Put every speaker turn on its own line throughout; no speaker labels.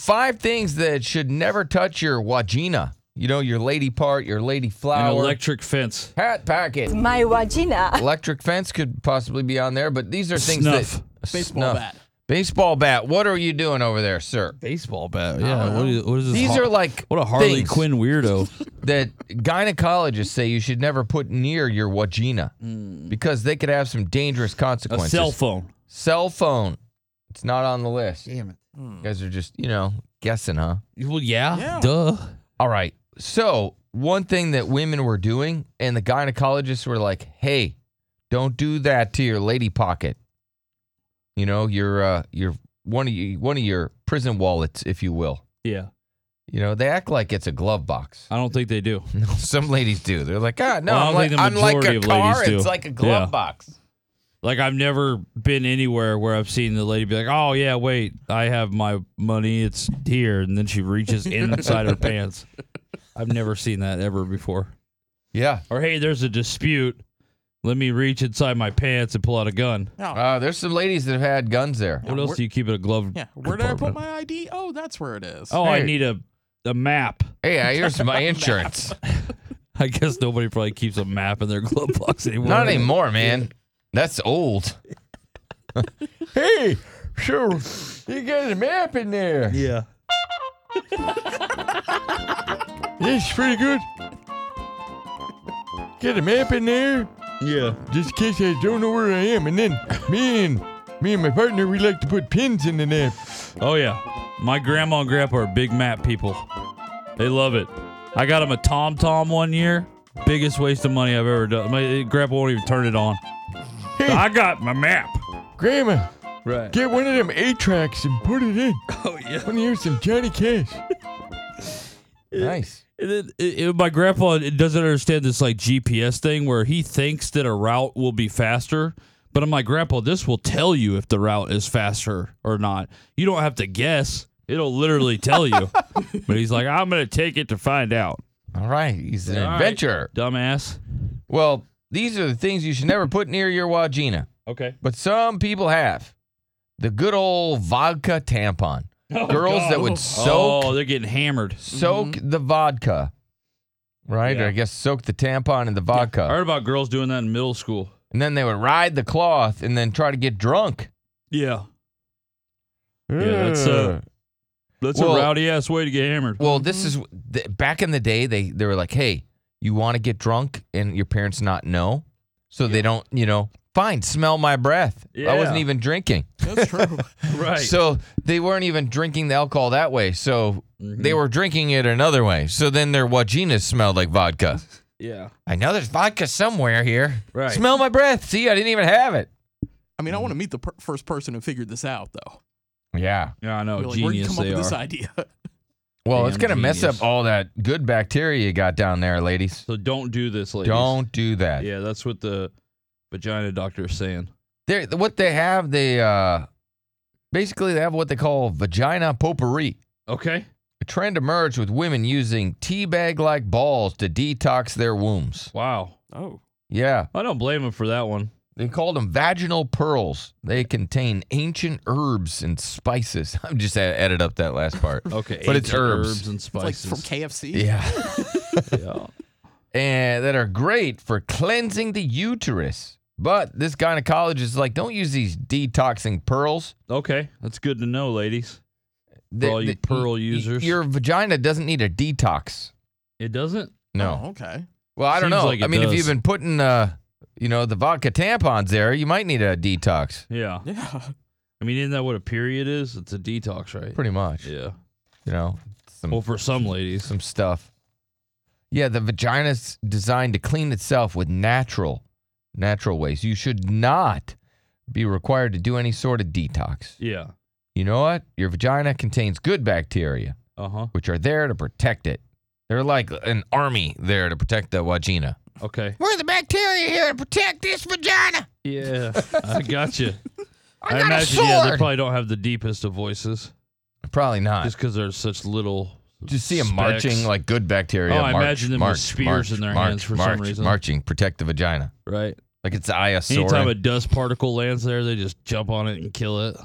Five things that should never touch your wajina. You know, your lady part, your lady
An
flower,
electric fence.
hat packet.
My vagina.
Electric fence could possibly be on there, but these are things
Snuff.
that
Baseball bat.
Baseball bat. What are you doing over there, sir?
Baseball bat. Oh, Yeah. What is, what is this?
These
Har-
are like
what a Harley
things
Quinn weirdo.
that gynecologists say you should never put near your wajina because they could have some dangerous
a
consequences.
Mm. cell phone.
Cell phone. It's not on the list.
Damn it.
You guys are just, you know, guessing, huh?
Well, yeah.
Yeah.
Duh.
All right. So, one thing that women were doing, and the gynecologists were like, hey, don't do that to your lady pocket. You know, your, uh, your, one of your, one of your prison wallets, if you will.
Yeah.
You know, they act like it's a glove box.
I don't think they do.
Some ladies do. They're like, ah, no,
Well, I
I'm like,
don't think the
I'm like
majority
a
of
car.
ladies do.
It's like a glove
Yeah.
box.
Like I've never been anywhere where I've seen the lady be like, "Oh yeah, wait, I have my money. It's here," and then she reaches inside her pants. I've never seen that ever before.
Yeah.
Or hey, there's a dispute. Let me reach inside my pants and pull out a gun.
Uh, there's some ladies that have had guns there.
What else do you keep in a glove?
Yeah. Where did I put
compartment?
my ID? Oh, that's where it is.
Oh, I
Hey.
need a a map.
Hey, uh, here's my insurance.
I guess nobody probably keeps a map in their glove box anymore.
Not anymore, man. That's old. hey, sure. You got a map in there.
Yeah.
It's pretty good. Get a map in there,
Yeah.
just in case I don't know where I am. And then me and me and my partner, we like to put pins in the map.
Oh yeah, my grandma and grandpa are big map people. They love it. I got them a Tom Tom one year. Biggest waste of money I've ever done. My eh, grandpa won't even turn it on. I got my map.
Grandma,
Right.
get one of them eight tracks and put it in.
Oh yeah.
want to hear some Johnny Cash. nice.
And then, it, it- my grandpa doesn't understand this like GPS thing where he thinks that a route will be faster. But I'm like, Grandpa, this will tell you if the route is faster or not. You don't have to guess. It'll literally tell you. but he's like, I'm gonna take it to find out.
All right, he's an
All right.
adventurer.
Dumbass.
Well, these are the things you should never put near your Wajina,
Okay.
but some people have. The good old vodka tampon.
Oh,
Girls that would soak
Oh, they're getting hammered.
soak the vodka, right? Or
Mm-hmm. Yeah.
I guess soak the tampon in the
I
vodka,
heard about girls doing that in middle school.
and then they would ride the cloth and then try to get drunk.
Yeah. Yeah, that's, uh, That's
Well-
a rowdy ass way to get hammered.
Well, this is th- back in the day. They they were like, "Hey, you want to get drunk and your parents not know, so they don't, you know, fine, smell my breath. I wasn't
Yeah.
even drinking,
That's true.
right.
so they weren't even drinking the alcohol that way. So
Mm-hmm.
they were drinking it another way. So then their wajinas smelled like vodka.
yeah.
I know there's vodka somewhere here.
Right.
Smell my breath. See, I didn't even have it.
I mean, I want to meet the per- first person who figured this out, though.
Yeah.
Yeah, I know.
We're like, where'd you
Oh, Genius
come up
they
with this
are.
idea?
Well,
Damn
it's gonna mess
genius.
up all that good bacteria you got down there, ladies.
So don't do this, ladies.
Don't do that.
Yeah, that's what the vagina doctor is saying.
They what they have they uh basically they have what they call vagina potpourri.
Okay.
A trend emerged with women using teabag like balls to detox their wombs.
Wow.
Oh.
Yeah,
I don't blame him for that one.
they call them vaginal pearls. They contain ancient herbs and spices. I'm just a- added up that last part.
Okay.
But it's
ancient
herbs.
and
It's like
spices.
from KFC?
yeah.
yeah.
and that are great for cleansing the uterus. But this gynecologist is like, don't use these detoxing pearls.
Okay. That's good to know, ladies.
The-
all you
the-
pearl users.
your vagina doesn't need a detox.
It doesn't?
No.
Oh, okay.
Well, I don't
Seems
know.
like
I
it
mean, if
does.
you've been putting, uh, you know, the vodka tampons there, you might need a detox.
Yeah.
Yeah.
I mean, isn't that what a period is? It's a detox, right?
Pretty much.
Yeah.
You know, some
Well, for some ladies.
some stuff. Yeah, the vagina's designed to clean itself with natural, natural ways. You should not be required to do any sort of detox.
Yeah.
You know what? Your vagina contains good bacteria,
Uh huh.
which are there to protect it. They're like an army there to protect the vagina.
Okay.
We're the bacteria here to protect this vagina.
Yeah. I got you.
I, got
imagine,
a
yeah, they
sword.
probably don't have the deepest of voices
probably not. Just,
just because they're such little.
see them
specks.
marching like good bacteria.
Oh, I
March,
imagine them with
march,
spears
march,
in their
march,
hands for some
march,
reason.
Marching, protect the vagina.
Right.
Like it's the eye of
Anytime
Sauron.
a dust particle lands there, they just jump on it and kill it.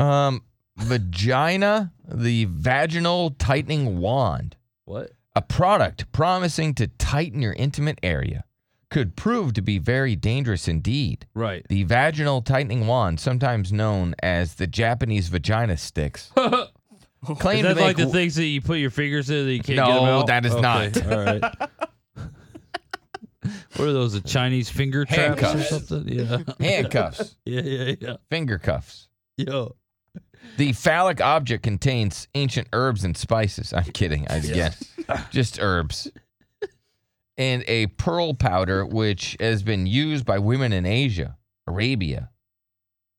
Um, vagina, the vaginal tightening wand,
What?
a product promising to tighten your intimate area, could prove to be very dangerous indeed.
Right.
The vaginal tightening wand, sometimes known as the Japanese vagina sticks,
Is
claimed to
that
make
like the things that you put your fingers in that you can't
No,
get 'em out?
that is not.
All right. what are those? A Chinese finger traps
Handcuffs.
or something? Yeah.
handcuffs,
Yeah. Yeah. Yeah.
finger cuffs.
Yo.
The phallic object contains ancient herbs and spices. I'm kidding. I guess just herbs. And a pearl powder, which has been used by women in Asia, Arabia,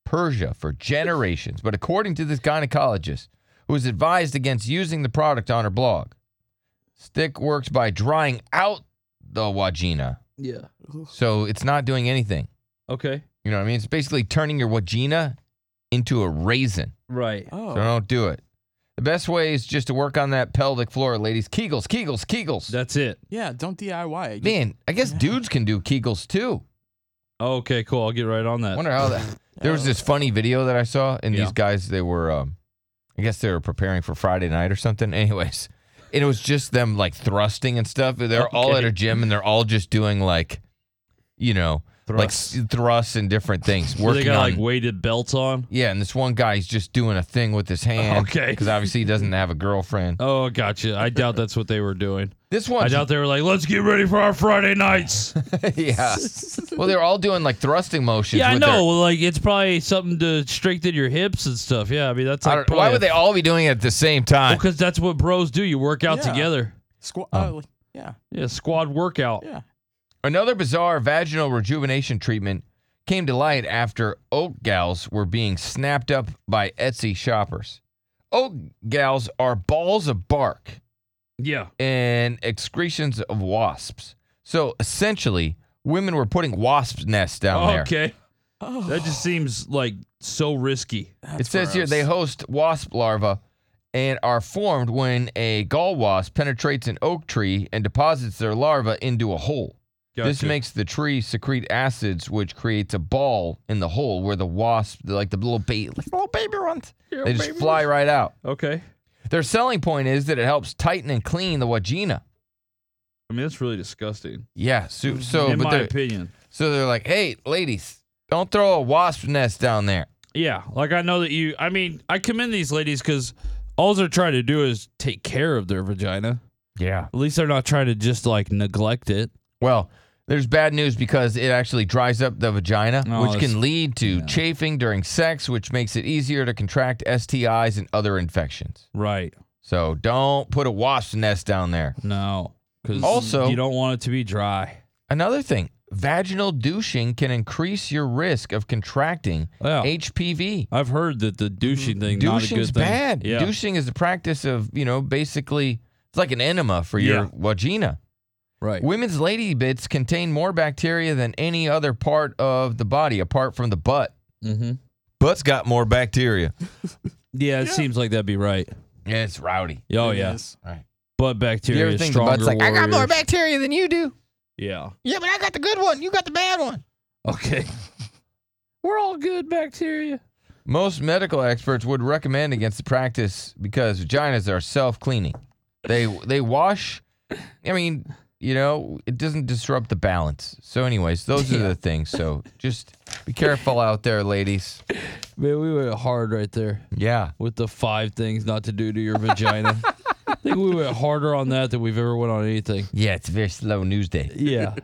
Persia for generations. But according to this gynecologist, who was advised against using the product on her blog, stick works by drying out the wagina.
Yeah.
So it's not doing anything.
Okay.
You know what I mean? It's basically turning your wagina into a raisin.
Right.
Oh,
So don't do it. The best way is just to work on that pelvic floor, ladies. Kegels, Kegels, Kegels.
That's it.
yeah. Don't DIY. it.
Man, I guess dudes can do Kegels too.
Okay. Cool. I'll get right on that.
Wonder how that. There was this funny video that I saw, and
Yeah.
these guys they were, um, I guess they were preparing for Friday night or something. Anyways, and it was just them like thrusting and stuff. They're all at
Okay.
a gym, and they're all just doing like, you know, like s- thrusts and different things.
Do they
Working
got
on
like weighted belts on.
Yeah, and this one guy's just doing a thing with his hand.
Okay.
Because obviously he doesn't have a girlfriend.
Oh, gotcha. I doubt that's what they were doing.
This
I
one's
doubt they were like, let's get ready for our Friday nights.
yeah. Well, they're all doing like thrusting motions.
yeah, I
with
know.
their-
Like, it's probably something to strengthen your hips and stuff. Yeah, I mean, that's
I
like
don't- why
probably
would
a-
they all be doing it at the same
Well,
time?
because that's what bros do. You work out
Yeah.
together.
Squ- uh, like- yeah.
Yeah, squad workout.
Yeah.
Another bizarre vaginal rejuvenation treatment came to light after oat gals were being snapped up by Etsy shoppers. Oat gals are balls of bark
Yeah.
and excretions of wasps. So essentially, women were putting wasp nests down there.
okay.
Oh,
That just seems like so risky.
It
that's
says here
gross.
they host wasp larvae and are formed when a gall wasp penetrates an oak tree and deposits their larvae into a hole. This
Gotcha.
makes the tree secrete acids, which creates a ball in the hole where the wasp, like the little baby, like the little baby ones, they just fly right out.
Okay.
Their selling point is that it helps tighten and clean the vagina.
I mean, that's really disgusting.
Yeah, so, so
In
but
my
they're,
opinion.
so they're like, hey, ladies, don't throw a wasp nest down there.
Yeah. Like, I know that you, I mean, I commend these ladies because all they're trying to do is take care of their vagina.
Yeah.
At least they're not trying to just like neglect it.
Well, there's bad news because it actually dries up the vagina,
Oh,
which
that's-
can lead to chafing during sex, which makes it easier to contract STIs and other infections.
Right.
So don't put a wasp nest down there.
No. Because
Also-
you don't want it to be dry.
Another thing, vaginal douching can increase your risk of contracting
Yeah.
HPV.
I've heard that the douching thing not Oh. a good
Douching's
thing.
bad.
Yeah.
Douching is the practice of, you know, basically it's like an enema for your
Yeah.
vagina.
Right.
Women's lady bits contain more bacteria than any other part of the body apart from the butt.
Mm-hmm.
Butt's got more bacteria.
Yeah, it seems like that'd be right.
Yeah, it's rowdy.
Oh
It
yeah,
is.
butt bacteria.
you ever
is
think the butt's
stronger
like, I got more
warriors."
bacteria than you do?
Yeah.
Yeah, but I got the good one. You got the bad one.
Okay. We're all good bacteria.
Most medical experts would recommend against the practice because vaginas are self-cleaning. They they wash. I mean, you know, it doesn't disrupt the balance. So, anyways, those are the things. So, just be careful out there, ladies.
Man, we went hard right there
Yeah.
with the five things not to do to your vagina. I think we went harder on that than we've ever went on anything.
Yeah, it's a very slow news day.
Yeah.